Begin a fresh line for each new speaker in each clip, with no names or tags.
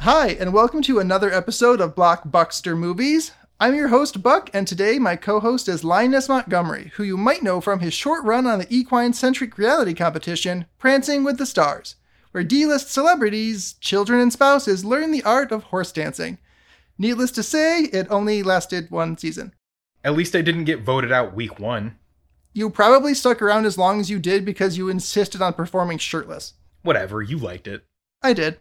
Hi, and welcome to another episode of Blockbuster Movies. I'm your host, Buck, and today my co host is Linus Montgomery, who you might know from his short run on the equine centric reality competition, Prancing with the Stars, where D list celebrities, children, and spouses learn the art of horse dancing. Needless to say, it only lasted one season.
At least I didn't get voted out week one.
You probably stuck around as long as you did because you insisted on performing shirtless.
Whatever, you liked it.
I did.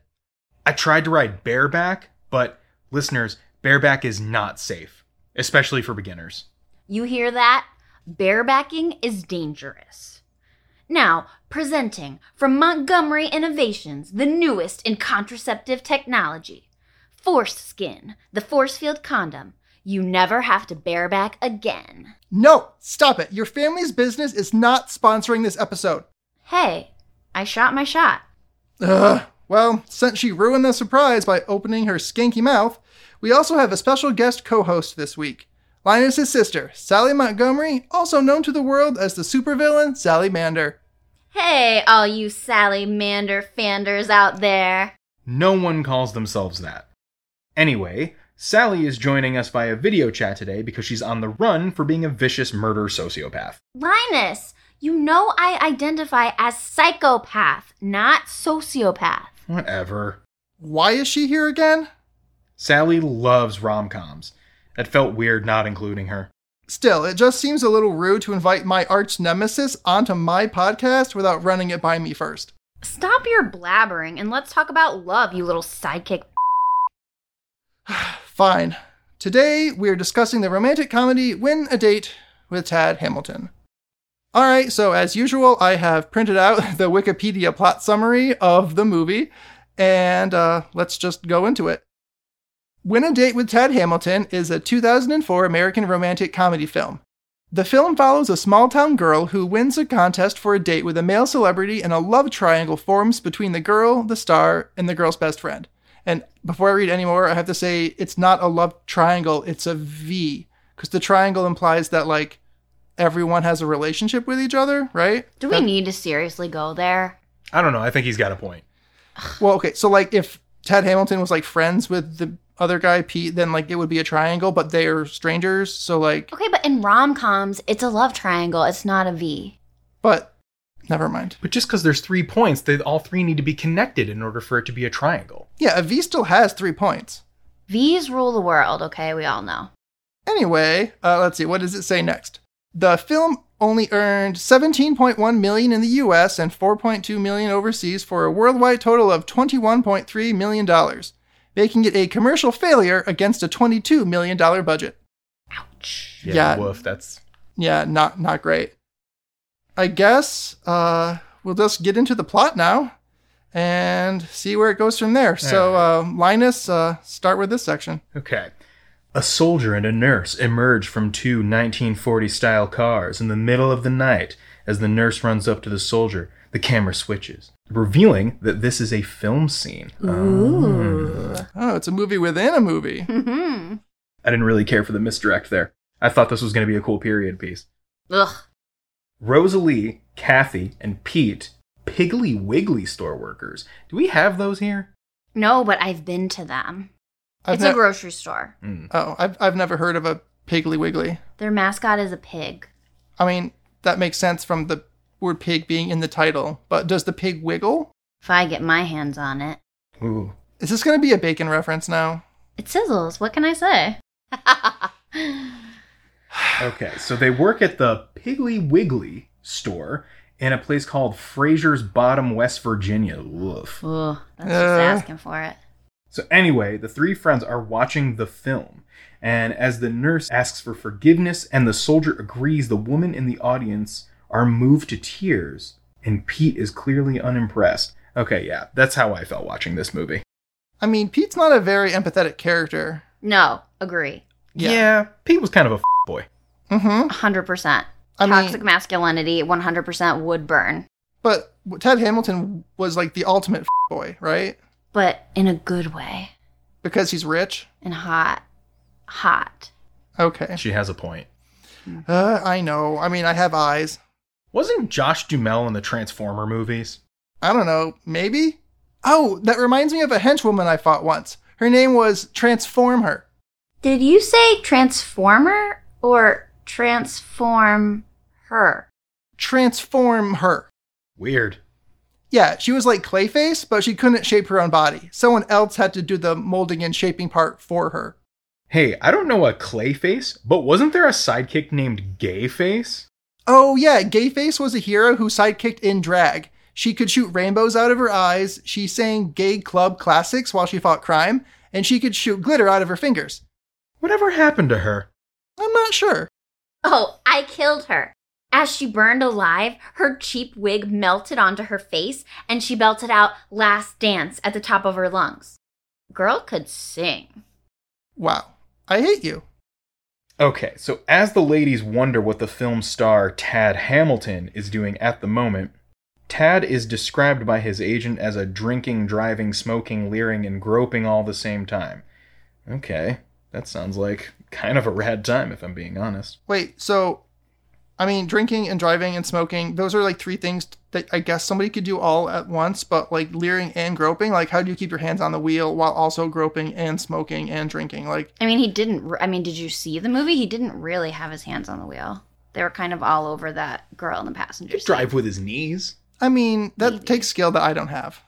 I tried to ride bareback, but listeners, bareback is not safe, especially for beginners.
You hear that? Barebacking is dangerous. Now, presenting from Montgomery Innovations the newest in contraceptive technology Force Skin, the force field condom. You never have to bareback again.
No, stop it. Your family's business is not sponsoring this episode.
Hey, I shot my shot.
Ugh. Well, since she ruined the surprise by opening her skanky mouth, we also have a special guest co host this week Linus's sister, Sally Montgomery, also known to the world as the supervillain Sally Mander.
Hey, all you salamander fanders out there.
No one calls themselves that. Anyway, Sally is joining us via video chat today because she's on the run for being a vicious murder sociopath.
Linus, you know I identify as psychopath, not sociopath.
Whatever.
Why is she here again?
Sally loves rom coms. It felt weird not including her.
Still, it just seems a little rude to invite my arch nemesis onto my podcast without running it by me first.
Stop your blabbering and let's talk about love, you little sidekick.
Fine. Today, we are discussing the romantic comedy Win a Date with Tad Hamilton. All right, so as usual, I have printed out the Wikipedia plot summary of the movie, and uh, let's just go into it. Win a Date with Tad Hamilton is a 2004 American romantic comedy film. The film follows a small town girl who wins a contest for a date with a male celebrity, and a love triangle forms between the girl, the star, and the girl's best friend. And before I read any more, I have to say it's not a love triangle, it's a V, because the triangle implies that, like, everyone has a relationship with each other, right?
Do we need to seriously go there?
I don't know. I think he's got a point.
Well, okay, so like if Ted Hamilton was like friends with the other guy, Pete, then like it would be a triangle, but they are strangers, so like,
Okay, but in rom coms, it's a love triangle, it's not a V.
but never mind.
But just because there's three points, they all three need to be connected in order for it to be a triangle.
Yeah, a V still has three points.
V's rule the world, okay? We all know.
Anyway, uh, let's see. What does it say next? The film only earned 17.1 million in the U.S. and 4.2 million overseas for a worldwide total of 21.3 million dollars, making it a commercial failure against a 22 million dollar budget.
Ouch.
Yeah.
Woof. That's
Yeah, not not great. I guess uh, we'll just get into the plot now and see where it goes from there. So, uh, Linus, uh, start with this section.
Okay. A soldier and a nurse emerge from two 1940 style cars in the middle of the night. As the nurse runs up to the soldier, the camera switches, revealing that this is a film scene. Ah.
Ooh.
Oh, it's a movie within a movie.
hmm
I didn't really care for the misdirect there. I thought this was going to be a cool period piece.
Ugh.
Rosalie, Kathy, and Pete, Piggly Wiggly store workers. Do we have those here?
No, but I've been to them.
I've
it's
ne-
a grocery store.
Hmm.
Oh, I've I've never heard of a Piggly Wiggly.
Their mascot is a pig.
I mean, that makes sense from the word pig being in the title, but does the pig wiggle?
If I get my hands on it,
Ooh.
Is this going to be a bacon reference now?
it sizzles. What can I say?
Okay, so they work at the Piggly Wiggly store in a place called Fraser's Bottom, West Virginia. Woof.
Ugh, that's just
Uh.
asking for it.
So, anyway, the three friends are watching the film, and as the nurse asks for forgiveness and the soldier agrees, the women in the audience are moved to tears, and Pete is clearly unimpressed. Okay, yeah, that's how I felt watching this movie.
I mean, Pete's not a very empathetic character.
No, agree.
Yeah.
Pete was kind of a f- boy.
Mm-hmm.
100%.
I mean-
Toxic masculinity, 100% would burn,
But Ted Hamilton was like the ultimate boy, right?
but in a good way
Because he's rich.
and hot. Hot.
Okay.
She has a point.
Uh, I know. I mean, I have eyes.
Wasn't Josh Dumel in the Transformer movies?
I don't know. Maybe. Oh, that reminds me of a henchwoman I fought once. Her name was Transform Her.
Did you say transformer or transform her?
Transform Her.
Weird.
Yeah, she was like Clayface, but she couldn't shape her own body. Someone else had to do the molding and shaping part for her.
Hey, I don't know a Clayface, but wasn't there a sidekick named Gayface?
Oh, yeah, Gayface was a hero who sidekicked in drag. She could shoot rainbows out of her eyes, she sang gay club classics while she fought crime, and she could shoot glitter out of her fingers.
Whatever happened to her?
I'm not sure.
Oh, I killed her. As she burned alive, her cheap wig melted onto her face and she belted out Last Dance at the top of her lungs. Girl could sing.
Wow, I hate you.
Okay, so as the ladies wonder what the film star Tad Hamilton is doing at the moment, Tad is described by his agent as a drinking, driving, smoking, leering, and groping all the same time. Okay, that sounds like kind of a rad time, if I'm being honest.
Wait, so, I mean, drinking and driving and smoking, those are like three things that I guess somebody could do all at once, but like leering and groping, like how do you keep your hands on the wheel while also groping and smoking and drinking? Like,
I mean, he didn't. re- I mean, did you see the movie? He didn't really have his hands on the wheel. They were kind of all over that girl in the passenger seat.
Drive with his knees.
I mean, that
Maybe.
takes skill that I don't have.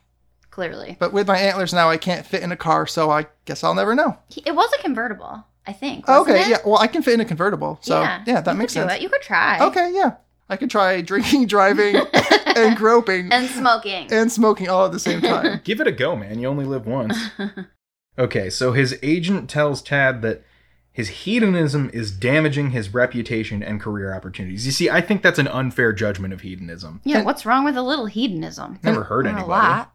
Clearly.
But with my antlers now, I can't fit in a car, so I guess I'll never know.
He, it was a convertible, I think. wasn't
Okay,
it?
yeah. Well, I can fit in a convertible, so yeah, that
you
makes
could do
sense.
it. You could try.
Okay, yeah. I could try drinking, driving, and groping,
And smoking.
and smoking all at the same time.
Give it a go, man. You only live once. Okay, so his agent tells Tad that his hedonism is damaging his reputation and career opportunities. You see, I think that's an unfair judgment of hedonism.
yeah, what's wrong with a little hedonism?
Never hurt
Not
anybody.
A lot.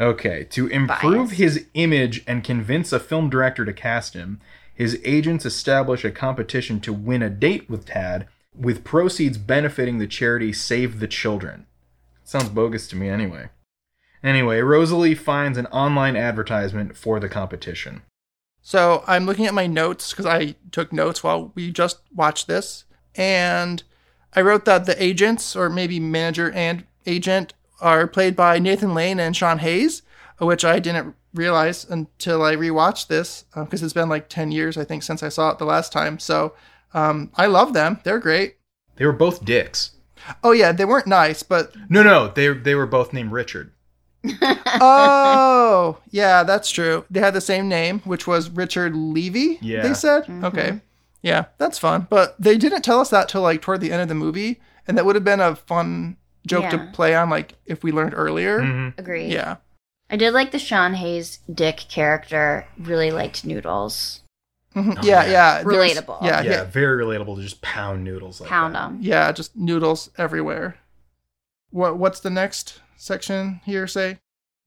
Okay, to improve
Biased.
his image and convince a film director to cast him, his agents establish a competition to win a date with Tad, with proceeds benefiting the charity Save the Children. Sounds bogus to me anyway. Anyway, Rosalie finds an online advertisement for the competition.
So I'm looking at my notes because I took notes while we just watched this, and I wrote that the agents, or maybe manager and agent, are played by Nathan Lane and Sean Hayes, which I didn't realize until I rewatched this because it's been like 10 years, I think, since I saw it the last time. So um, I love them. They're great.
They were both dicks.
Oh, yeah, they weren't nice, but
No, no, they they were both named Richard.
oh, yeah, that's true. They had the same name, which was Richard Levy.
Yeah.
They said.
Mm-hmm.
Okay. Yeah, that's fun. But they didn't tell us that till like toward the end of the movie, and that would have been a fun joke to
Yeah.
play on, like if we learned earlier.
Mhm.
Agreed.
Yeah.
I did like the Sean Hayes dick character. Really liked Noodles.
Mhm.
Oh,
yeah,
yeah.
yeah. There's-
Relatable.
Yeah,
yeah,
yeah,
very relatable to just pound noodles like
Pound
that.
'em.
yeah. Just noodles everywhere. What What's the next section here? Say.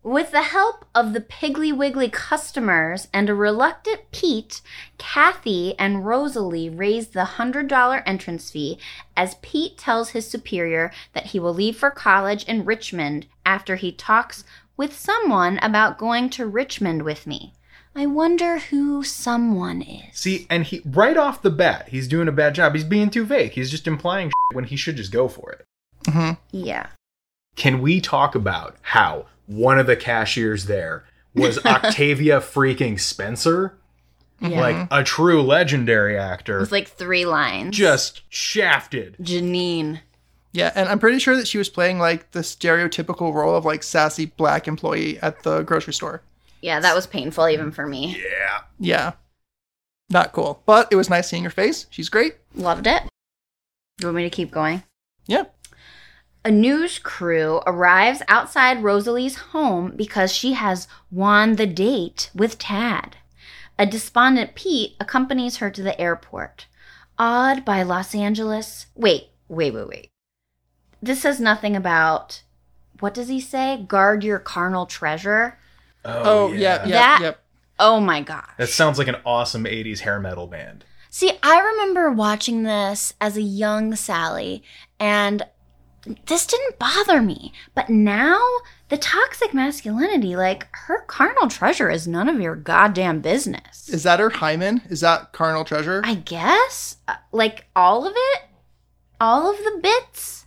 With the help of the Piggly Wiggly customers and a reluctant Pete, Kathy and Rosalie raise the $100 entrance fee as Pete tells his superior that he will leave for college in Richmond after he talks with someone about going to Richmond with me. I wonder who someone is.
See, and he right off the bat, he's doing a bad job. He's being too vague. He's just implying shit when he should just go for it.
hmm
Yeah.
Can we talk about how one of the cashiers there was Octavia freaking Spencer, like a true legendary
it
actor,
was like three lines.
just shafted.
Janine.
Yeah, and I'm pretty sure that she was playing like the stereotypical role of like sassy black employee at the grocery store.
Yeah, that was painful even for me.
Yeah.
Yeah. Not cool. But it was nice seeing her face. She's great.
Loved it. You want me to keep going?
Yeah.
A news crew arrives outside Rosalie's home because she has won the date with Tad. A despondent Pete accompanies her to the airport. Awed by Los Angeles. Wait, wait, wait, wait. This says nothing about. What does he say? Guard your carnal treasure?
Oh, yeah, yeah,
That-
yep.
Oh my god.
That sounds like an awesome 80s hair metal band.
See, I remember watching this as a young Sally, and this didn't bother me. But now, the toxic masculinity, like, her carnal treasure is none of your goddamn business.
Is that her hymen? Is that carnal treasure?
I guess? Uh, Like, all of it? All of the bits?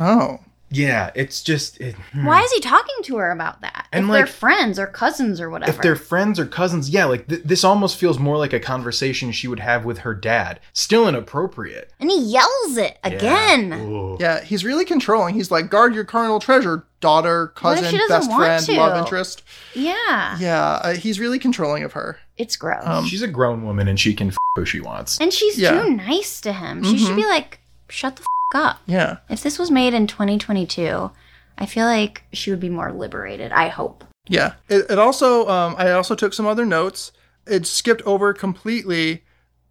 oh.
Yeah, it's just it,
Why is he talking to her about that?
Hmm. And
if
like
they're friends or cousins or whatever.
if they're friends or cousins, yeah, like th- this almost feels more like a conversation she would have with her dad. Still inappropriate.
and he yells it
Yeah.
again.
Ooh.
Yeah, he's really controlling. He's like, guard your carnal treasure, daughter,
What if
cousin,
she doesn't
best
want
friend,
to?
love interest.
Yeah.
Yeah, uh, he's really controlling of her.
It's gross.
Um,
She's a grown woman and she can f- who she wants.
and she's
yeah.
too nice to him. She
Mm-hmm.
should
Mhm.
be like, shut the f- up.
Yeah.
If this was made in 2022, I feel like she would be more liberated. I hope.
Yeah. It, it also, um, I also took some other notes. It skipped over completely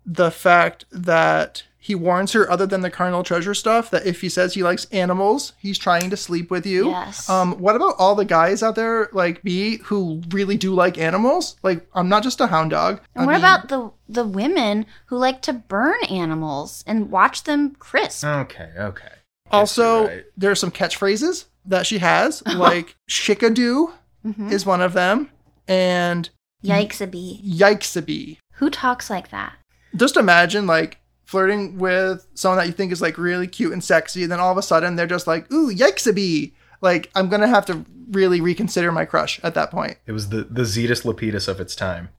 the fact that he warns her, other than the carnal treasure stuff, that if he says he likes animals, he's trying to sleep with you.
Yes.
Um, what about all the guys out there like me who really do like animals? Like, I'm not just a hound dog.
And
I
what
mean,
about the the women who like to burn animals and watch them crisp?
Uh,
Okay, okay.
Also,
Yes, you're right.
there are some catchphrases that she has, like "chickadoo"
Mhm.
is one of them, and
Yikes a bee.
"yikesabee."
Who talks like that?
Just imagine like flirting with someone that you think is like really cute and sexy, and then all of a sudden they're just like, "Ooh, yikesabee!" Like I'm gonna have to really reconsider my crush at that point.
It was the, the Zetus Lapidus of its time.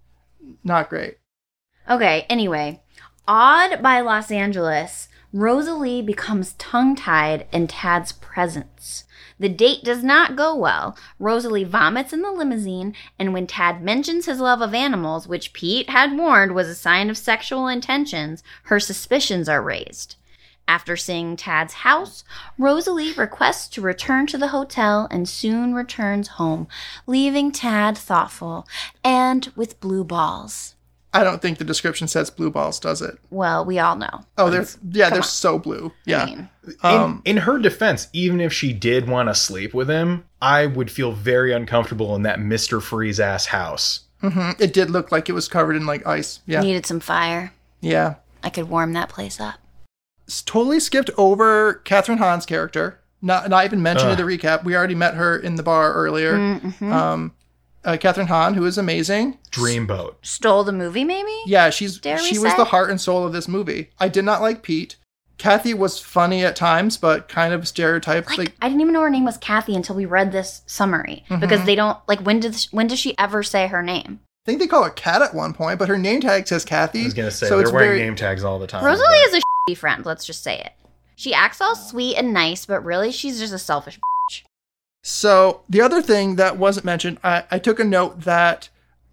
Not great.
Okay, anyway, awed by Los Angeles, Rosalie becomes tongue tied in Tad's presence. The date does not go well. Rosalie vomits in the limousine, and when Tad mentions his love of animals, which Pete had warned was a sign of sexual intentions, her suspicions are raised. After seeing Tad's house, Rosalie requests to return to the hotel and soon returns home, leaving Tad thoughtful and with blue balls.
I don't think the description says blue balls, does it?
Well, we all know.
Oh, they're yeah, they're
on.
so blue. Yeah.
I mean,
Um,
in, in her defense, even if she did want to sleep with him, I would feel very uncomfortable in that Mr. Freeze ass house.
mhm. It did look like it was covered in like ice. Yeah.
needed some fire.
Yeah.
I could warm that place up.
s- totally skipped over Catherine Hahn's character. Not, not even mentioned in the recap. We already met her in the bar earlier. Um, uh, Catherine Hahn, who is amazing.
Dreamboat.
Stole the movie, maybe?
Yeah, she's
Dare we
she was
say?
the heart and soul of this movie. I did not like Pete. Kathy was funny at times, but kind of stereotyped.
Like,
Like,
I didn't even know her name was Kathy until we read this summary because
Mm-hmm.
they don't like when does when does she ever say her name?
I think they call her Cat at one point, but her name tag says Kathy.
I was gonna say
so
they're
it's
wearing
very-
name tags all the time.
Rosalie
but-
is a shitty friend. Let's just say it. She acts all sweet and nice, but really she's just a selfish. bitch.
So the other thing that wasn't mentioned, I, I took a note that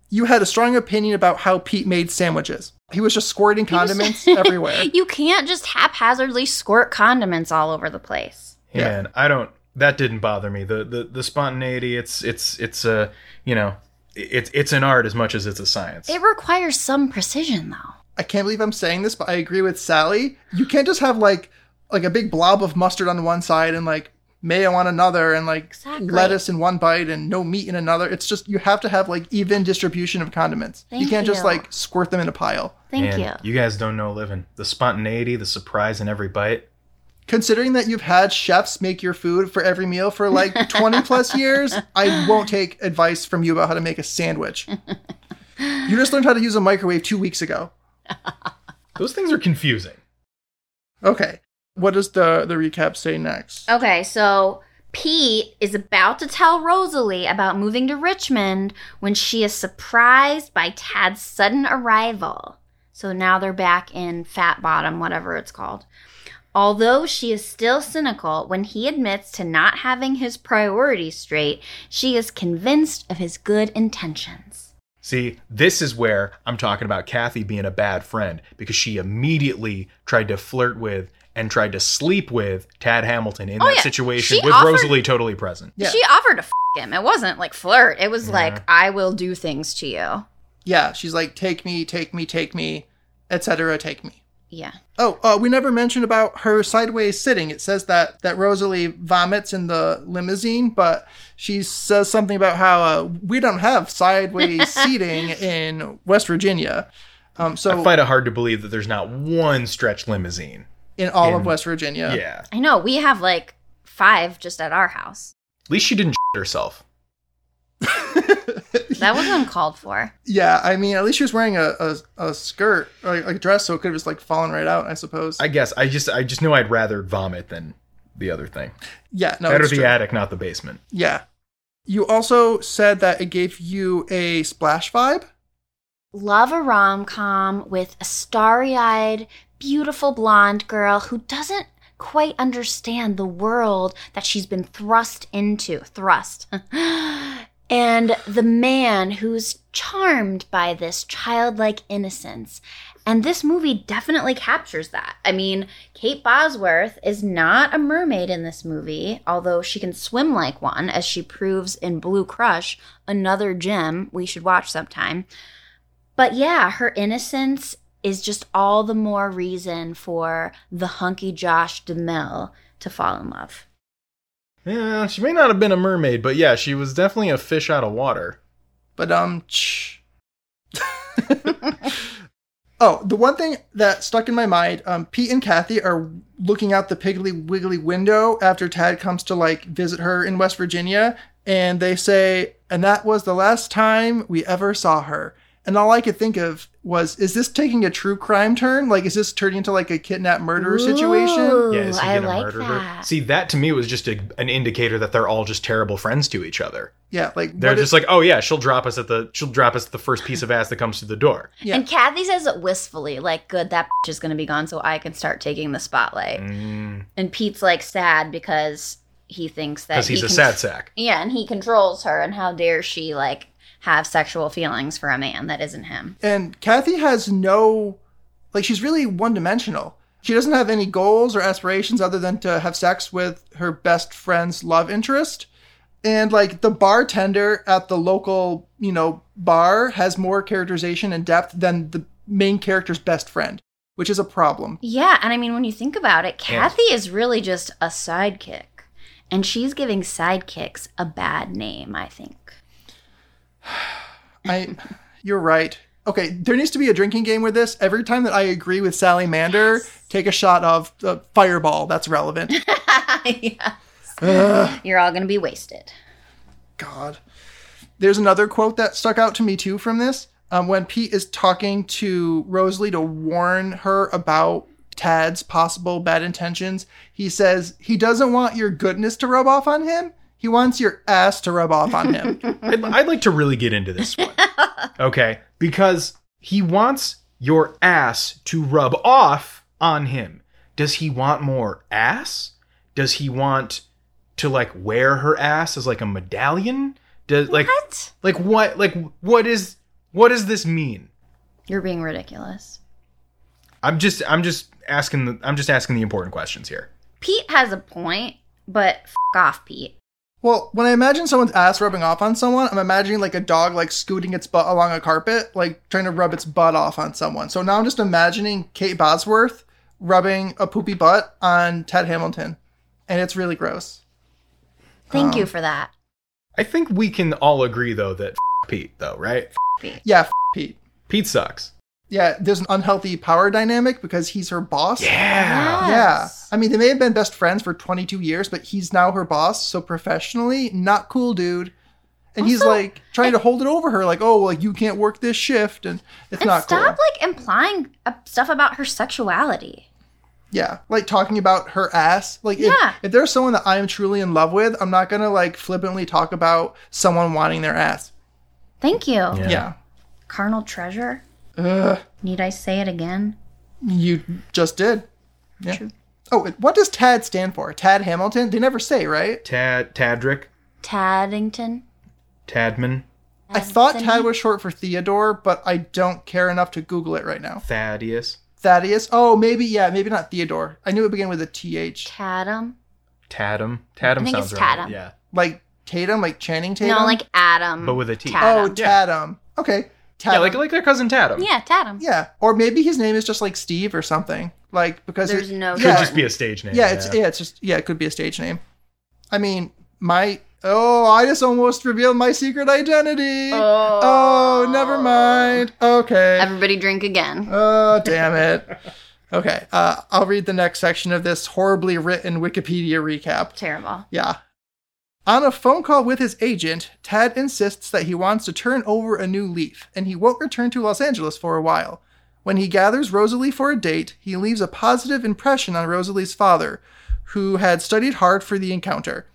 you had a strong opinion about how Pete made sandwiches. He was just squirting
You just-
condiments everywhere.
you can't just haphazardly squirt condiments all over the place.
Hey,
Yeah.
man, I don't. That didn't bother me. The the the spontaneity. It's it's it's a you know, it's it's an art as much as it's a science.
It requires some precision, though.
I can't believe I'm saying this, but I agree with Sally. You can't just have like like a big blob of mustard on one side and like mayo on another and like
Exactly.
lettuce in one bite and no meat in another. It's just you have to have like even distribution of condiments. you
Thank
can't just
you.
like squirt them in a pile.
Thank
And
you.
You guys don't know living. The spontaneity, the surprise in every bite.
Considering that you've had chefs make your food for every meal for like 20 plus years, I won't take advice from you about how to make a sandwich. You just learned how to use a microwave 2 weeks ago.
Those things are confusing.
Okay. What does the the recap say next?
Okay, so Pete is about to tell Rosalie about moving to Richmond when she is surprised by Tad's sudden arrival. So now they're back in Fat Bottom, whatever it's called. Although she is still cynical, when he admits to not having his priorities straight, she is convinced of his good intentions.
See, this is where I'm talking about Kathy being a bad friend because she immediately tried to flirt with and tried to sleep with Tad Hamilton in
Oh,
that
yeah.
situation
She
with
offered-
Rosalie totally present.
Yeah.
She offered to f him. It wasn't like flirt, it was
Yeah.
like, I will do things to you.
Yeah, she's like, take me, take me, take me, etc. Take me.
Yeah.
Oh, uh, we never mentioned about her sideways sitting. It says that that Rosalie vomits in the limousine, but she says something about how uh, we don't have sideways seating in West Virginia. Um,
I
so
find it hard to believe that there's not one stretch limousine.
in all of
in-
West Virginia,
yeah.
I know, we have like five just at our house.
At least she didn't shit herself.
That was uncalled for.
yeah. I mean, at least she was wearing a, a, a skirt, or a dress, so it could have just like fallen right out. I suppose.
I guess I just I just knew I'd rather vomit than the other thing.
yeah, no,
Better
it's
the
true.
attic, not the basement.
Yeah. You also said that it gave you a splash vibe.
Love a rom com with a starry eyed, beautiful blonde girl who doesn't quite understand the world that she's been thrust into. Thrust. and the man who's charmed by this childlike innocence. And this movie definitely captures that. I mean, Kate Bosworth is not a mermaid in this movie, although she can swim like one, as she proves in Blue Crush, another gem we should watch sometime. But yeah, her innocence is just all the more reason for the hunky Josh DeMille to fall in love.
Yeah, she may not have been a mermaid, but yeah, she was definitely a fish out of water.
But um, oh, the one thing that stuck in my mind: um, Pete and Kathy are looking out the Piggly Wiggly window after Tad comes to like visit her in West Virginia, and they say, "And that was the last time we ever saw her." And all I could think of was, "Is this taking a true crime turn? Like, is this turning into like a kidnap murderer situation?"
Yeah,
Ooh,
is he
I
gonna
like
murder
that.
her? See, that to me was just a, an indicator that they're all just terrible friends to each other.
Yeah, like
They're
what
just
if-
like, oh yeah, she'll drop us at the she'll drop us at the first piece of ass that comes through the door.
Yeah.
And Kathy says it wistfully, like, good, that bitch is going to be gone so I can start taking the spotlight.
Mm. Because
And Pete's like sad because he thinks that
he's
he
a
con-
sad sack.
Yeah, and he controls her, and how dare she like have sexual feelings for a man that isn't him?
and Kathy has no like she's really one dimensional. She doesn't have any goals or aspirations other than to have sex with her best friend's love interest. And like the bartender at the local, you know, bar has more characterization and depth than the main character's best friend, which is a problem.
Yeah, and I mean when you think about it,
Yeah.
Kathy is really just a sidekick, and she's giving sidekicks a bad name. I think.
I you're right. Okay, there needs to be a drinking game with this. Every time that I agree with Sally Mander, take a shot of the fireball. That's relevant.
yeah. You're all gonna be wasted.
God. There's another quote that stuck out to me too from this. Um, when Pete is talking to Rosalie to warn her about Tad's possible bad intentions, he says he doesn't want your goodness to rub off on him. He wants your ass to rub off on him.
I'd, I'd like to really get into this one. Okay. Because he wants your ass to rub off on him. Does he want more ass? Does he want to like wear her ass as like a medallion? Does like
what?
like what like what is what does this mean?
You're being ridiculous.
I'm just I'm just asking the I'm just asking the important questions here.
Pete has a point, but f- off, Pete.
well, when I imagine someone's ass rubbing off on someone, I'm imagining like a dog like scooting its butt along a carpet, like trying to rub its butt off on someone. So now I'm just imagining Kate Bosworth rubbing a poopy butt on Ted Hamilton. And it's really gross.
Thank you for that,
I think we can all agree though that Pete though, right?
Pete.
Yeah, f- Pete.
Pete sucks.
Yeah, there's an unhealthy power dynamic because he's her boss.
Yeah.
Yeah.
Yes.
I mean, they may have been best friends for 22 years, but he's now her boss. So professionally, not cool, dude. And he's
Also-
like trying to hold it over her, like, oh, well, you can't work this shift, and it's
And
not
stop
cool.
like implying uh, stuff about her sexuality.
Yeah, like talking about her ass. Like, if,
Yeah.
if there's someone that I'm truly in love with, I'm not gonna like flippantly talk about someone wanting their ass.
Thank you.
Yeah.
Yeah,
Carnal treasure?
Ugh,
Need I say it again?
you just did. Yeah. Oh, and what does TAD stand for? Tad Hamilton? They never say, right?
Tad Tadrick,
Taddington?
Tadman,
I thought Tad was short for Theodore, but I don't care enough to Google it right now.
Thaddeus,
Thaddeus. Oh, maybe yeah, maybe not Theodore. I knew it began with a th,
Tatum?
Tatum. Tatum
I think
sounds
it's
right.
Tatum.
Yeah.
like Tatum, like Channing Tatum.
No, like Adam.
But with a T.
oh
Tatum.
Tatum. Okay, Tatum.
Yeah, like like their cousin Tatum.
yeah, Tatum.
Oh, Yeah, or maybe his name is just like Steve or something. Like because
There's
it-
no
Could
yeah,
just be a stage name.
yeah, it's yeah, it's just yeah, it could be a stage name. I mean, my oh, I just almost revealed my secret identity.
Oh.
oh never mind. Okay.
Everybody drink again.
Oh, damn it. Okay, uh, I'll read the next section of this horribly written Wikipedia recap.
Terrible.
Yeah. On a phone call with his agent, Tad insists that he wants to turn over a new leaf, and he won't return to Los Angeles for a while. When he gathers Rosalie for a date, he leaves a positive impression on Rosalie's father, who had studied hard for the encounter.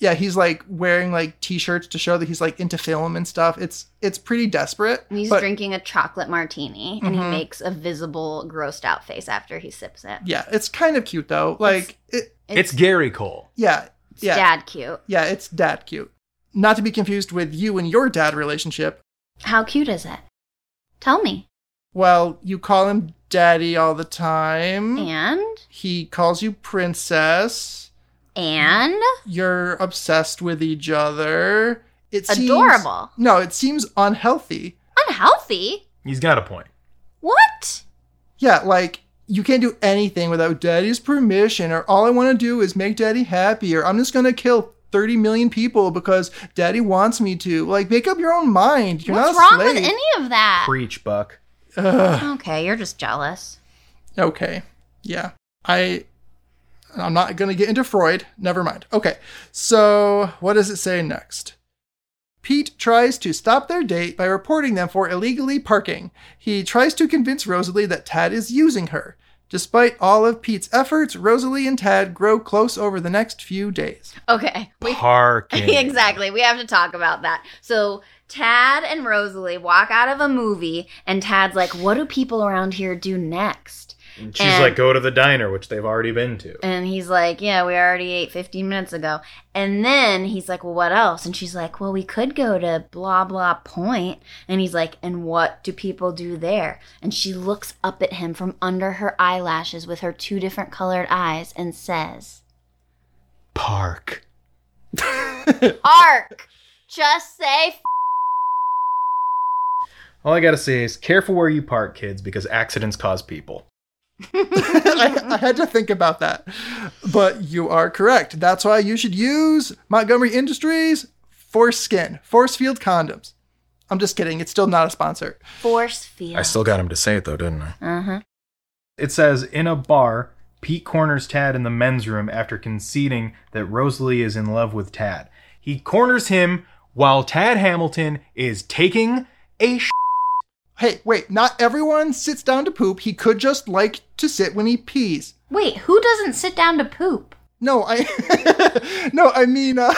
yeah, he's like wearing like t-shirts to show that he's like into film and stuff. It's it's pretty desperate.
And He's
but-
drinking a chocolate martini and
Mhm.
he makes a visible grossed out face after he sips it.
Yeah, it's kind of cute though. Like it,
It's, Gary Cole.
yeah,
it's
yeah,
dad cute.
yeah. It's dad cute. Not to be confused with you and your dad relationship.
How cute is it? Tell me.
Well, you call him daddy all the time.
And
He calls you princess.
and
You're obsessed with each other. It's
Adorable.
no, it seems unhealthy.
unhealthy?
He's got a point.
What?
Yeah, like you can't do anything without daddy's permission, or all I want to do is make daddy happy, or I'm just gonna kill 30 million people because daddy wants me to. Like, make up your own mind. You're
What's
not a
wrong with
slave.
any of that?
Preach, Buck.
Ugh.
Okay, you're just jealous.
Okay. Yeah. I. I'm not gonna get into Freud. Never mind. Okay. So what does it say next? Pete tries to stop their date by reporting them for illegally parking. He tries to convince Rosalie that Tad is using her. Despite all of Pete's efforts, Rosalie and Tad grow close over the next few days.
Okay. we-
Parking.
exactly. We have to talk about that. So Tad and Rosalie walk out of a movie and Tad's like, "What do people around here do next?"
And She's
And-
like, go to the diner, which they've already been to.
And he's like, Yeah, we already ate 15 minutes ago. And then he's like, Well, what else? And she's like, Well, we could go to blah, blah point. And he's like, And what do people do there? And she looks up at him from under her eyelashes with her two different colored eyes and says,
Park.
Ark, just say f-
All I gotta say is careful where you park, kids, because accidents cause people.
I, I had to think about that. But you are correct. That's why you should use Montgomery Industries Force Skin, Force Field Condoms. I'm just kidding. It's still not a sponsor.
force field.
I still got him to say it though, didn't I?
uh huh.
It says in a bar, Pete corners Tad in the men's room after conceding that Rosalie is in love with Tad.
He corners him while Tad Hamilton is taking a sh-
Hey, wait, not everyone sits down to poop. He could just like to sit when he pees.
Wait, who doesn't sit down to poop?
No, I No, I mean uh,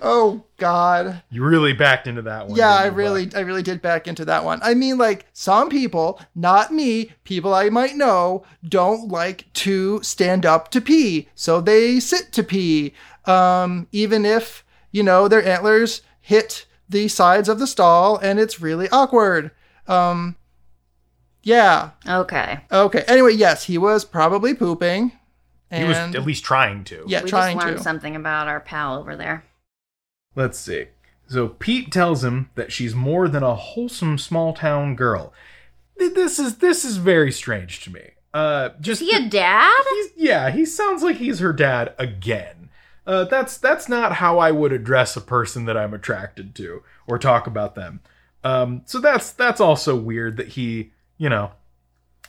Oh god.
You really backed into that one.
Yeah,
didn't
I
you,
really
Buck?
I really did back into that one. I mean like some people, not me, people I might know don't like to stand up to pee. So they sit to pee. Um even if, you know, their antlers hit the sides of the stall and it's really awkward. Um yeah,
Okay.
Okay. Anyway, yes, he was probably pooping. And
He was at least trying to.
yeah,
we
trying
just learned
to.
something about our pal over there.
Let's see. So Pete tells him that she's more than a wholesome small town girl. Th- This is this is very strange to me. Uh just
Is he a dad?
he's-
He's
yeah, he sounds like he's her dad
Again. Uh, that's that's not how I would address a person that I'm attracted to or talk about them. Um, so that's that's also weird that he, you know.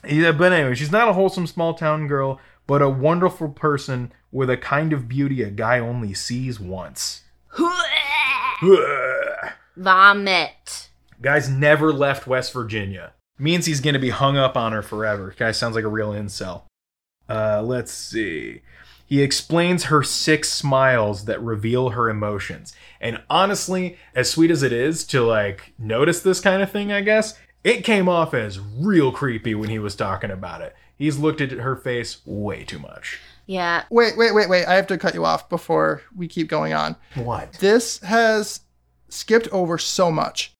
Yeah, but anyway, she's not a wholesome small town girl, but a wonderful person with a kind of beauty a guy only sees once. Ugh.
vomit.
Guy's never left West Virginia. Means he's going to be hung up on her forever. Guy sounds like a real incel. Uh, let's see. He explains her six smiles that reveal her emotions. And honestly, as sweet as it is to like notice this kind of thing, I guess, it came off as real creepy when he was talking about it. He's looked at her face way too much.
Yeah.
Wait, wait, wait, wait. I have to cut you off before we keep going on.
What?
This has skipped over so much.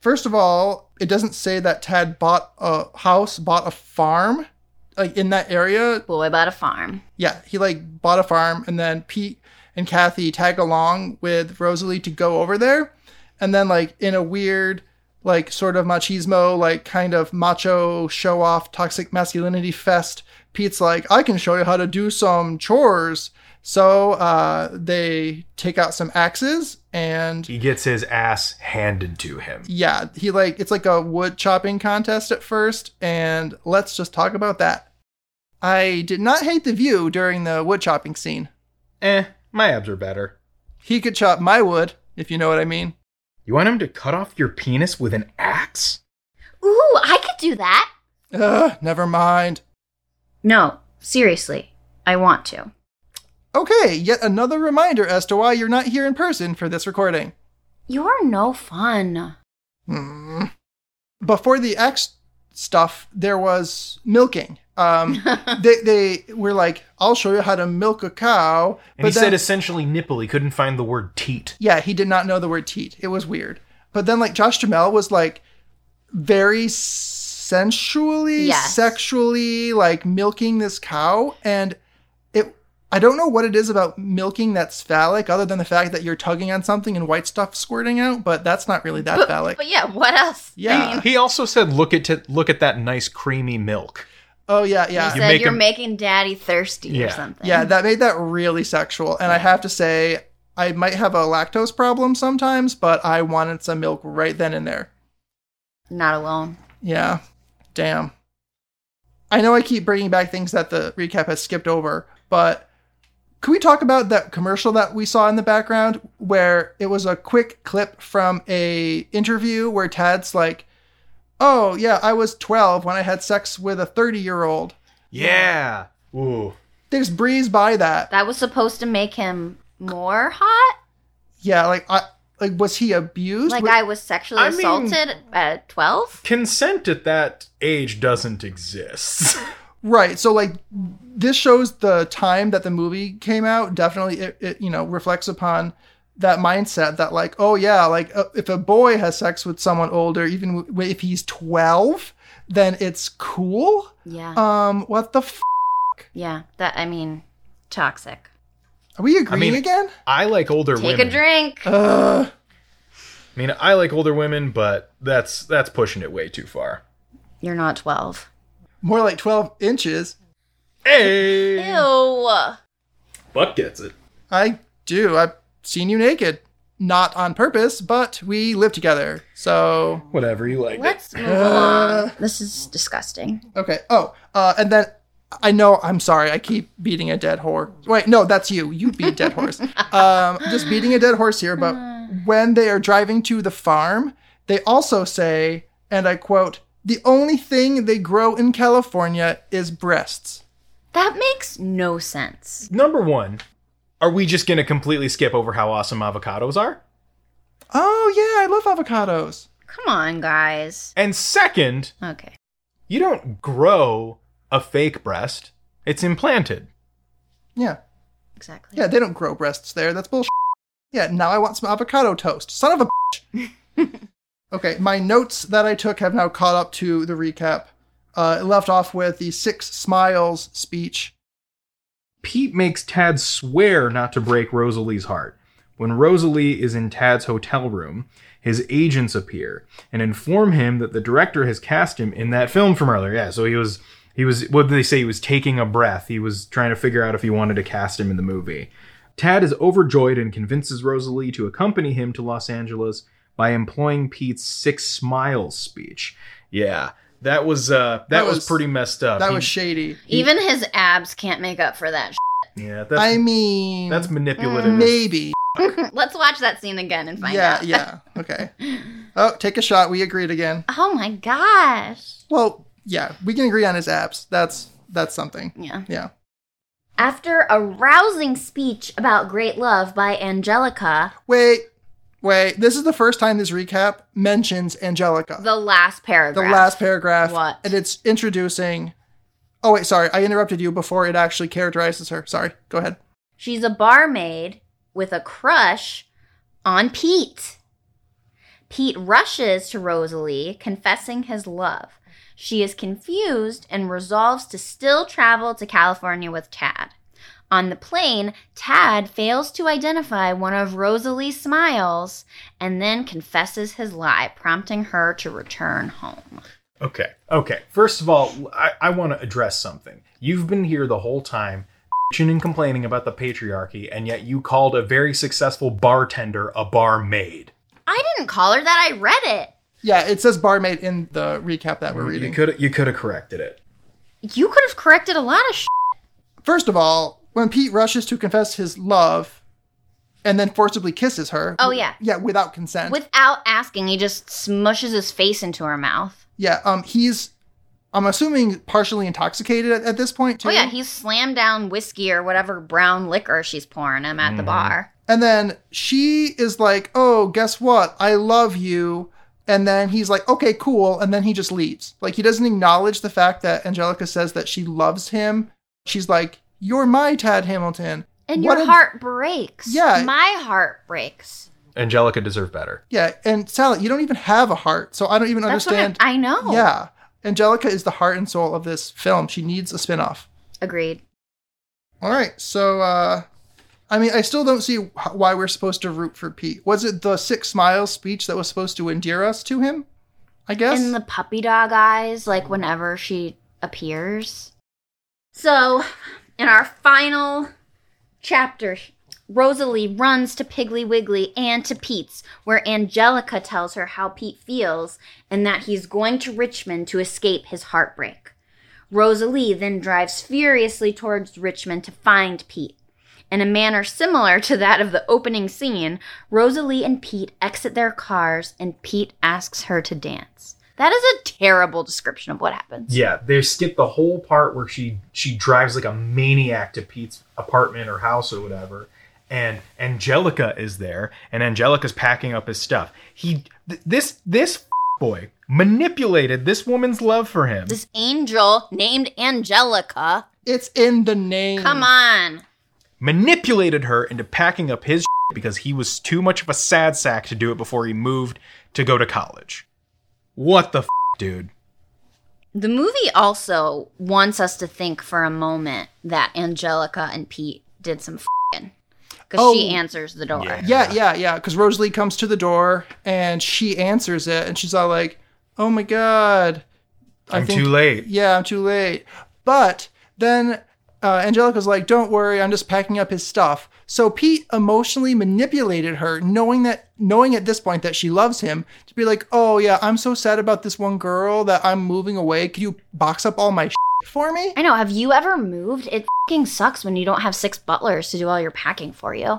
First of all, it doesn't say that Tad bought a house, bought a farm, like in that area.
Boy bought a farm.
Yeah, he like bought a farm, and then Pete and Kathy tag along with Rosalie to go over there, and then like in a weird, like sort of machismo, like kind of macho show off, toxic masculinity fest. Pete's like, I can show you how to do some chores. So uh, they take out some axes, and
He gets his ass handed to him.
yeah, he like it's like a wood chopping contest at first, and let's just talk about that. I did not hate the view during the wood chopping scene.
Eh, my abs are better.
He could chop my wood, if you know what I mean.
You want him to cut off your penis with an axe?
Ooh, I could do that.
Ugh, never mind.
No, seriously, I want to.
Okay, yet another reminder as to why you're not here in person for this recording.
You're no fun.
Hmm. Before the X stuff, there was milking. Um, they they were like, "I'll show you how to milk a cow,"
And he
then-
said essentially nipple. He couldn't find the word teat.
Yeah, he did not know the word teat. It was weird. But then, like, Josh Jamel was like very sensually,
Yes.
sexually, like milking this cow. And it, I don't know what it is about milking that's phallic, other than the fact that you're tugging on something and white stuff squirting out, but that's not really that
But,
phallic.
but yeah, what else?
yeah.
He also said, "Look at t- look at that nice creamy milk."
oh, yeah,
He
yeah.
You
said
make
you're
him-
making daddy thirsty or
Yeah.
something.
Yeah, that made that really sexual. And I have to say, I might have a lactose problem sometimes, but I wanted some milk right then and there.
Not alone.
Yeah. Damn. I know I keep bringing back things that the recap has skipped over, but can we talk about that commercial that we saw in the background where it was a quick clip from a interview where Tad's like, "Oh, yeah, I was 12 when I had sex with a 30-year-old."
Yeah. Ooh.
They just breeze by that.
That was supposed to make him more hot?
Yeah, like I like was he abused?
Like
Was-
I was sexually
I mean-
assaulted at 12?
Consent at that age doesn't exist.
Right. So like this shows the time that the movie came out. Definitely, it, it you know reflects upon that mindset that like oh yeah like uh, if a boy has sex with someone older even w- if he's 12 then it's cool
Yeah.
um what the f-
yeah. That, I mean, toxic.
are we agreeing
mean-
again
I like older
Take
women.
a drink.
uh
I mean, I like older women, but that's that's pushing it way too far.
You're not 12.
more like 12 inches
Hey.
Ew.
Buck gets it.
i do i've seen you naked not on purpose but we live together so
Whatever you like.
Let's move
Uh.
along. This is disgusting.
Okay. Oh, uh, and then I know. I'm sorry. I keep beating a dead horse. Wait, no, that's you. You beat dead horse. Um, just beating a dead horse here. But when they are driving to the farm, they also say, and I quote, "The only thing they grow in California is breasts."
That makes no sense.
Number one, are we just gonna completely skip over how awesome avocados are?
Oh yeah, I love avocados.
Come on, guys.
And second,
Okay.
you don't grow a fake breast; it's implanted.
Yeah,
Exactly.
yeah. They don't grow breasts there. That's bullshit. Yeah. Now I want some avocado toast. Son of a. bitch. Okay, my notes that I took have now caught up to the recap. Uh, it left off with the six smiles speech.
Pete makes Tad swear not to break Rosalie's heart. When Rosalie is in Tad's hotel room, his agents appear and inform him that the director has cast him in that film from earlier. Yeah, so he was he was what did they say? He was taking a breath. He was trying to figure out if he wanted to cast him in the movie. Tad is overjoyed and convinces Rosalie to accompany him to Los Angeles by employing Pete's six smiles speech.
Yeah, that was uh, that,
That
was,
was-
pretty messed up.
That
He-
was shady.
Even his abs can't make up for that.
yeah, that's
I mean,
that's manipulative.
maybe.
Let's watch that scene again and find
yeah,
out.
yeah. Okay. Oh, take a shot. We agreed again.
Oh my gosh.
Well, yeah, we can agree on his abs. That's that's something.
Yeah.
Yeah.
After a rousing speech about great love by Angelica,
Wait, wait. This is the first time this recap mentions Angelica.
the last
The
paragraph.
last paragraph.
What?
And it's introducing. Oh wait, sorry. I interrupted you before it actually characterizes her. Sorry. Go ahead.
She's a barmaid with a crush on Pete. Pete rushes to Rosalie, confessing his love. She is confused and resolves to still travel to California with Tad. On the plane, Tad fails to identify one of Rosalie's smiles and then confesses his lie, prompting her to return home.
Okay. Okay. First of all, I, I want to address something. You've been here the whole time bitching and complaining about the patriarchy, and yet you called a very successful bartender a barmaid.
I didn't call her that, I read it.
Yeah, it says barmaid in the recap that we're
You
reading.
could you could have corrected it.
You could have corrected a lot of sh.
First of all, when Pete rushes to confess his love and then forcibly kisses her.
Oh, yeah.
Yeah, without consent.
Without asking, he just smushes his face into her mouth.
yeah, um he's I'm assuming partially intoxicated at, at this point too.
Oh, yeah, he slammed down whiskey or whatever brown liquor she's pouring him at the
Mhm.
bar.
And then she is like, "Oh, guess what? I love you." And then he's like, "Okay, cool." And then he just leaves. Like he doesn't acknowledge the fact that Angelica says that she loves him. She's like, "You're my Tad Hamilton."
And
What
your
a-
heart breaks.
Yeah.
My heart breaks.
Angelica deserved better.
Yeah, and Sally, you don't even have a heart, so I don't even
That's
understand.
what I, I know.
Yeah. Angelica is the heart and soul of this film. She needs a spin-off.
Agreed.
All right. So uh I mean, I still don't see wh- why we're supposed to root for Pete. Was it the six miles speech that was supposed to endear us to him? I guess.
In the puppy dog eyes, like whenever she appears. So, in our final chapter, Rosalie runs to Piggly Wiggly and to Pete's, where Angelica tells her how Pete feels and that he's going to Richmond to escape his heartbreak. Rosalie then drives furiously towards Richmond to find Pete. In a manner similar to that of the opening scene, Rosalie and Pete exit their cars and Pete asks her to dance. That is a terrible description of what happens.
Yeah, they skip the whole part where she she drives like a maniac to Pete's apartment or house or whatever, and Angelica is there, and Angelica's packing up his stuff. He th- this this boy manipulated this woman's love for him.
This angel named Angelica.
It's in the name.
Come on.
manipulated her into packing up his because he was too much of a sad sack to do it before he moved to go to college. What the f- dude?
The movie also wants us to think for a moment that Angelica and Pete did some fing because she
Oh.
answers the door.
Yeah.
Yeah, yeah, yeah. Because Rosalie comes to the door and she answers it, and she's all like, "Oh my god, I
I'm
think-
too late.
yeah, I'm too late." But then uh, Angelica's like, "Don't worry, I'm just packing up his stuff." So Pete emotionally manipulated her, knowing that, knowing at this point that she loves him, to be like, "Oh yeah, I'm so sad about this one girl that I'm moving away. Could you box up all my shit for me?"
I know. Have you ever moved? It fing sucks when you don't have six butlers to do all your packing for you.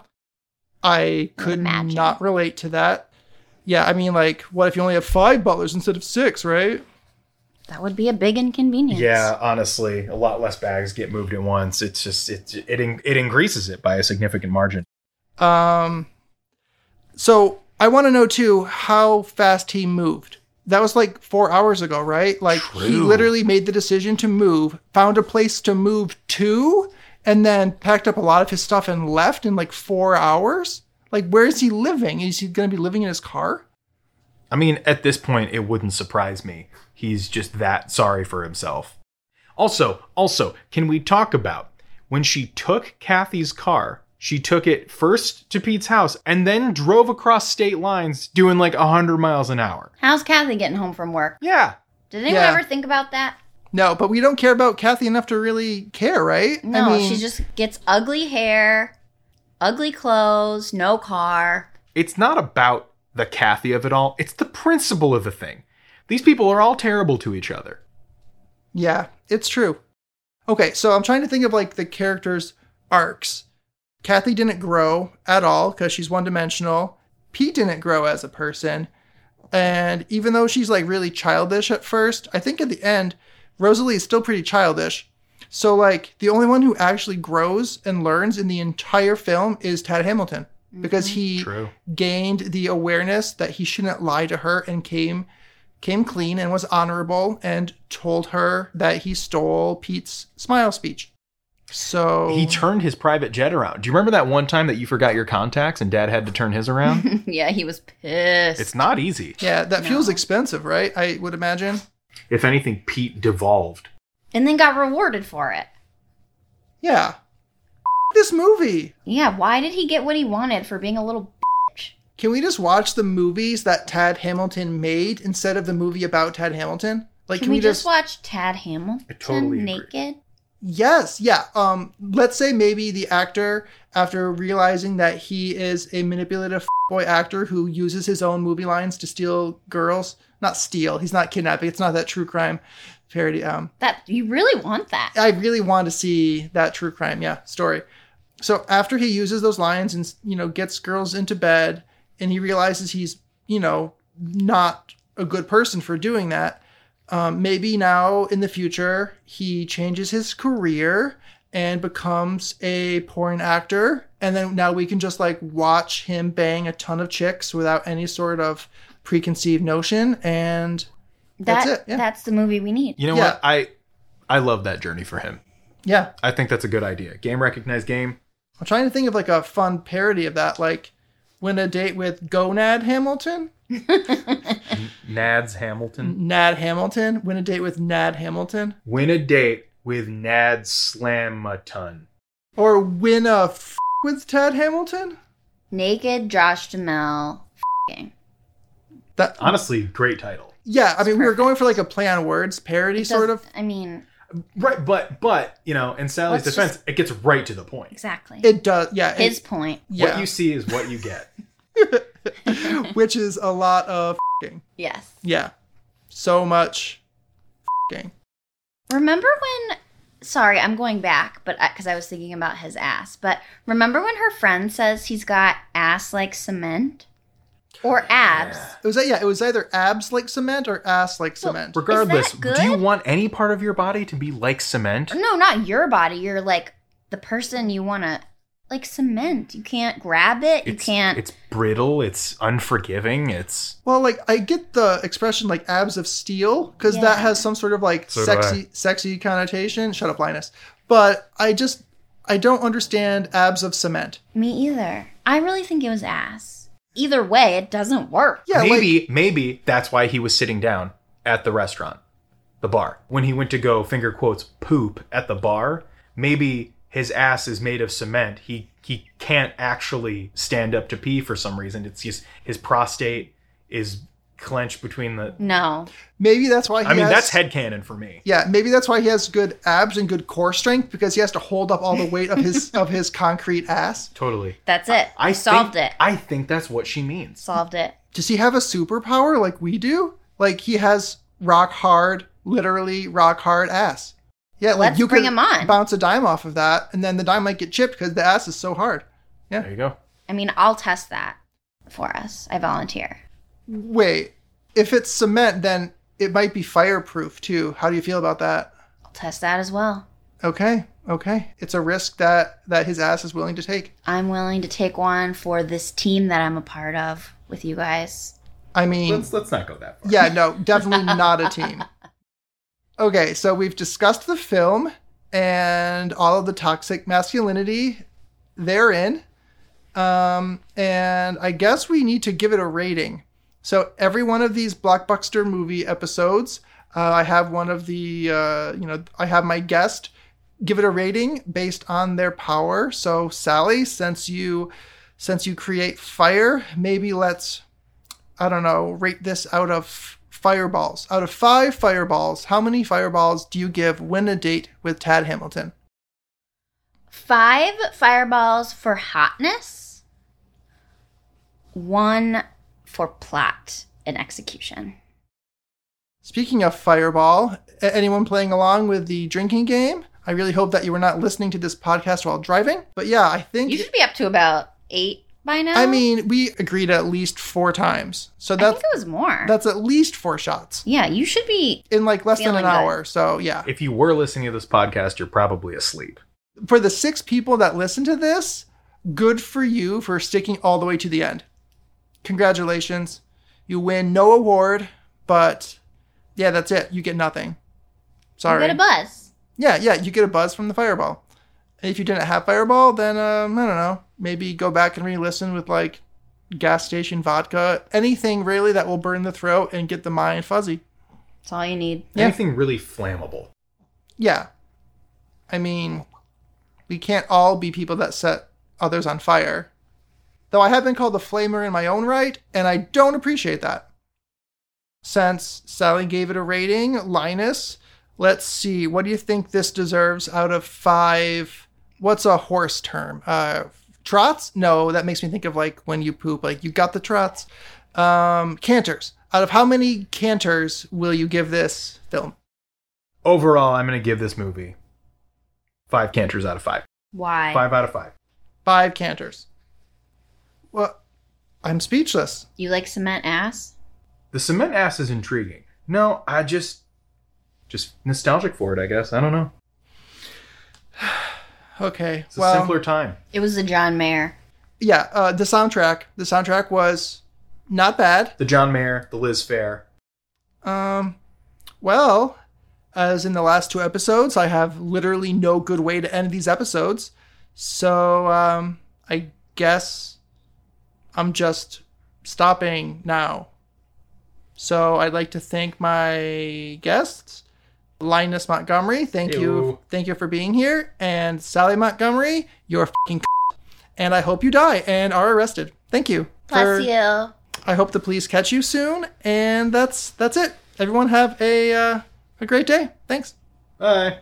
I could
Imagine.
not relate to that. Yeah, I mean, like, what if you only have five butlers instead of six, right?
That would be a big inconvenience.
Yeah, honestly, a lot less bags get moved at once. It's just it it in- it increases it by a significant margin.
Um, so I want to know too how fast he moved. That was like four hours ago, right? Like he
True.
literally made the decision to move, found a place to move to, and then packed up a lot of his stuff and left in like four hours. Like, where is he living? Is he going to be living in his car?
I mean, at this point, it wouldn't surprise me. He's just that sorry for himself. Also, also, can we talk about when she took Kathy's car? She took it first to Pete's house and then drove across state lines doing like 100 miles an hour.
How's Kathy getting home from work?
Yeah.
Did anyone
Yeah.
ever think about that?
No, but we don't care about Kathy enough to really care, right? I
No,
mean-
she just gets ugly hair, ugly clothes, no car.
It's not about the Kathy of it all, it's the principle of the thing. These people are all terrible to each other.
Yeah, it's true. Okay, so I'm trying to think of like the characters' arcs. Kathy didn't grow at all because she's one dimensional. Pete didn't grow as a person. And even though she's like really childish at first, I think at the end, Rosalie is still pretty childish. So, like, the only one who actually grows and learns in the entire film is Tad Hamilton because he
True.
gained the awareness that he shouldn't lie to her and came came clean and was honorable and told her that he stole Pete's smile speech. So
He turned his private jet around. Do you remember that one time that you forgot your contacts and dad had to turn his around?
yeah, he was pissed.
it's not easy.
yeah, that feels
No.
expensive, right? I would imagine.
If anything, Pete devolved.
and then got rewarded for it.
Yeah. This movie.
Yeah, why did he get what he wanted for being a little bitch?
Can we just watch the movies that Tad Hamilton made instead of the movie about Tad Hamilton? Like
Can, we, just, watch Tad Hamilton
I totally agree.
naked?
Yes, yeah. Um, let's say maybe the actor, after realizing that he is a manipulative boy actor who uses his own movie lines to steal girls, not steal. He's not kidnapping. It's not that true crime parody. Um,
That you really want that.
I really want to see that true crime, yeah, story. So after he uses those lines and you know gets girls into bed, and he realizes he's you know not a good person for doing that, Um, maybe now in the future, he changes his career and becomes a porn actor. And then now we can just like watch him bang a ton of chicks without any sort of preconceived notion. And That's
That-
it, yeah.
That's the movie we need.
You know
Yeah.
what? I I love that journey for him.
yeah,
I think that's a good idea. Game recognized game.
I'm trying to think of like a fun parody of that. Like, when a date with Gonad Hamilton?
Nads Hamilton.
Nad Hamilton? Win a date with Nad Hamilton?
Win a date with Nad Slamaton.
Or win a f- with Tad Hamilton?
Naked Josh Duhamel. f***ing.
That
Honestly, great title.
yeah, I mean we were going for like a play on words parody
It
sort of.
does- I mean,
Right, but but you know, in Sally's
Let's
defense, it gets right to the point.
exactly.
It does, yeah. it-
His point.
yeah,
What you see is what you get.
which is a lot of fing.
Yes.
Yeah, so much fing.
Remember when? Sorry, I'm going back, but because I was thinking about his ass. But remember when her friend says he's got ass like cement, or abs?
It was yeah, it was either abs like cement or ass like cement.
Regardless,
Is that
do you
good?
want any part of your body to be like cement?
No, not your body. You're like the person you want to like cement. You can't grab it. You
It's-
can't.
It's brittle. It's unforgiving. It's
Well, like I get the expression like abs of steel because
Yeah.
that has some sort of like
So do
sexy, sexy connotation. Shut up, Linus. But I just I don't understand abs of cement.
me either. I really think it was ass. Either way, it doesn't work.
Yeah, like-
maybe maybe that's why he was sitting down at the restaurant, the bar. When he went to go finger quotes poop at the bar, maybe his ass is made of cement. He he can't actually stand up to pee for some reason. It's just his prostate is clenched between the
No.
Maybe that's why. He
I mean,
has-
that's headcanon for me.
Yeah, maybe that's why he has good abs and good core strength because he has to hold up all the weight of his of his concrete ass.
Totally.
That's it.
I
solved
think-
it.
I think that's what she means.
solved it.
Does he have a superpower like we do? Like he has rock hard, literally rock hard ass. Yeah, like
Let's
you
bring
could
him on.
bounce a dime off of that, and then the dime might get chipped because the ass is so hard.
There you go.
I mean, I'll test that for us. I volunteer.
Wait, if it's cement, then it might be fireproof too. How do you feel about that?
I'll test that as well.
Okay, okay, it's a risk that that his ass is willing to take.
I'm willing to take one for this team that I'm a part of with you guys.
I mean,
Let's let's not go that far.
Yeah, no, definitely not a team. Okay, so we've discussed the film and all of the toxic masculinity therein. Um, and I guess we need to give it a rating. So every one of these blockbuster movie episodes, uh, I have one of the, uh, you know, I have my guest give it a rating based on their power. So Sally, since you, since you create fire, maybe let's I don't know, rate this out of fireballs. Out of five fireballs, how many fireballs do you give when a date with Tad Hamilton?
Five fireballs for hotness, one for plot and execution.
Speaking of fireball, a- anyone playing along with the drinking game? I really hope that you were not listening to this podcast while driving. But yeah, I think
You should be up to about eight by now.
I mean, we agreed at least four times. So
I think
that's
it was more.
that's at least four shots
yeah, you should be.
in like less than
Feeling
an
good.
hour. So yeah.
If you were listening to this podcast, you're probably asleep.
For the six people that listen to this, good for you for sticking all the way to the end. Congratulations. You win no award, but yeah, that's it. You get nothing.
You
Sorry.
get a buzz.
yeah, yeah, you get a buzz from the fireball. And if you didn't have fireball, then um, I don't know. Maybe go back and re-listen with like gas station vodka, anything really that will burn the throat and get the mind fuzzy.
That's all you need.
Yeah.
Anything really flammable.
Yeah. I mean, we can't all be people that set others on fire. Though I have been called a flamer in my own right, and I don't appreciate that. Since Sally gave it a rating, Linus, let's see, what do you think this deserves out of five? What's a horse term? Uh, trots? No, that makes me think of like when you poop, like you got the trots. Um, canters. Out of how many canters will you give this film?
Overall, I'm going to give this movie five canters out of five.
Why?
Five out of five.
five canters. Well, I'm speechless.
You like cement ass?
The cement ass is intriguing. No, I just
just nostalgic for it, I guess. I don't know.
Okay.
It's a
Well,
simpler time.
It was the John Mayer.
yeah. Uh, the soundtrack. The soundtrack was not bad.
The John Mayer, the Liz Fair.
Um, well, as in the last two episodes, I have literally no good way to end these episodes. So um, I guess I'm just stopping now. So I'd like to thank my guests, Linus Montgomery. Thank
Ew.
you, thank you for being here, and Sally Montgomery. You're a fucking, c- and I hope you die and are arrested. Thank you. for-
Bless you.
I hope the police catch you soon. And that's that's it. Everyone have a uh, a great day. Thanks.
Bye.